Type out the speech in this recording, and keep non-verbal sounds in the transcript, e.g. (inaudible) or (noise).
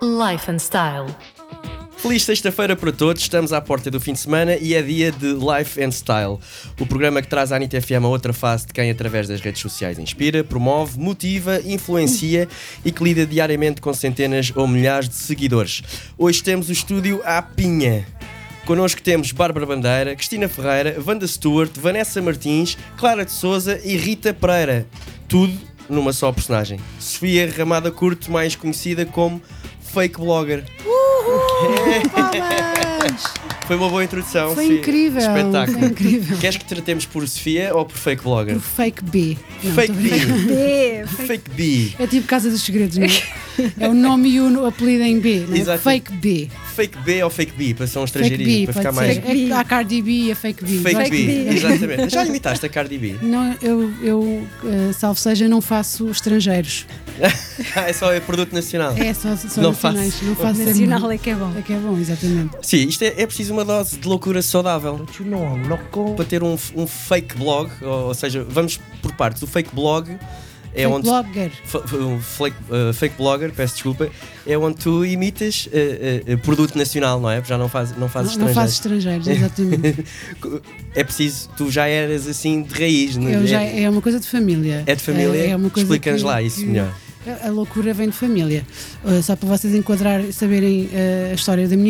Life and Style. Feliz sexta-feira para todos, estamos à porta do fim de semana e é dia de Life and Style, o programa que traz à Anitta FM a outra face de quem, através das redes sociais, inspira, promove, motiva, influencia e que lida diariamente com centenas ou milhares de seguidores. Hoje temos o estúdio à Pinha. Connosco temos Bárbara Bandeira, Cristina Ferreira, Wanda Stewart, Vanessa Martins, Clara de Souza e Rita Pereira. Tudo numa só personagem. Sofia Ramada Curto, mais conhecida como Fake Blogger. Palmas! Foi uma boa introdução. Foi Sofia. incrível, Espetáculo. foi incrível. Queres que tratemos por Sofia ou por fake blogger? O fake B. Não, fake tô bem. B. B. Fake B. É tipo Casa dos Segredos, não é? É o nome e o apelido em B, não é? Exato. Fake B. Fake B ou fake B? Para ser um Fake estrangeirismo, B, para pode ficar ser. mais. Fake É B. a Cardi B e a Fake B. Fake, Gosto. B. B. Exatamente. Já imitaste a Cardi (laughs) B? Não, eu, eu eh, salvo seja, não faço estrangeiros. Ah, é só é produto nacional. É só, só Não nacionais. faço. Não faço é Nacional muito- é que é bom. é que é bom, exatamente. Sim, isto é, é preciso uma dose de loucura saudável. Para ter um, um fake blog, ou, ou seja, vamos por partes. O fake blog é fake onde. blogger. F- f- um flake- uh, fake blogger, peço desculpa, é onde tu imitas uh, uh, uh, produto nacional, não é? Porque Já não, faz, não fazes Não, não faço estrangeiros. estrangeiros, (laughs) exatamente. É preciso, tu já eras assim de raiz, não Eu é? já, é uma coisa de família. É de família? É, é uma coisa Explica-nos que- lá isso que- melhor. Eh, A- A loucura vem de família. Uh, só para vocês enquadrar, saberem uh, a história da minha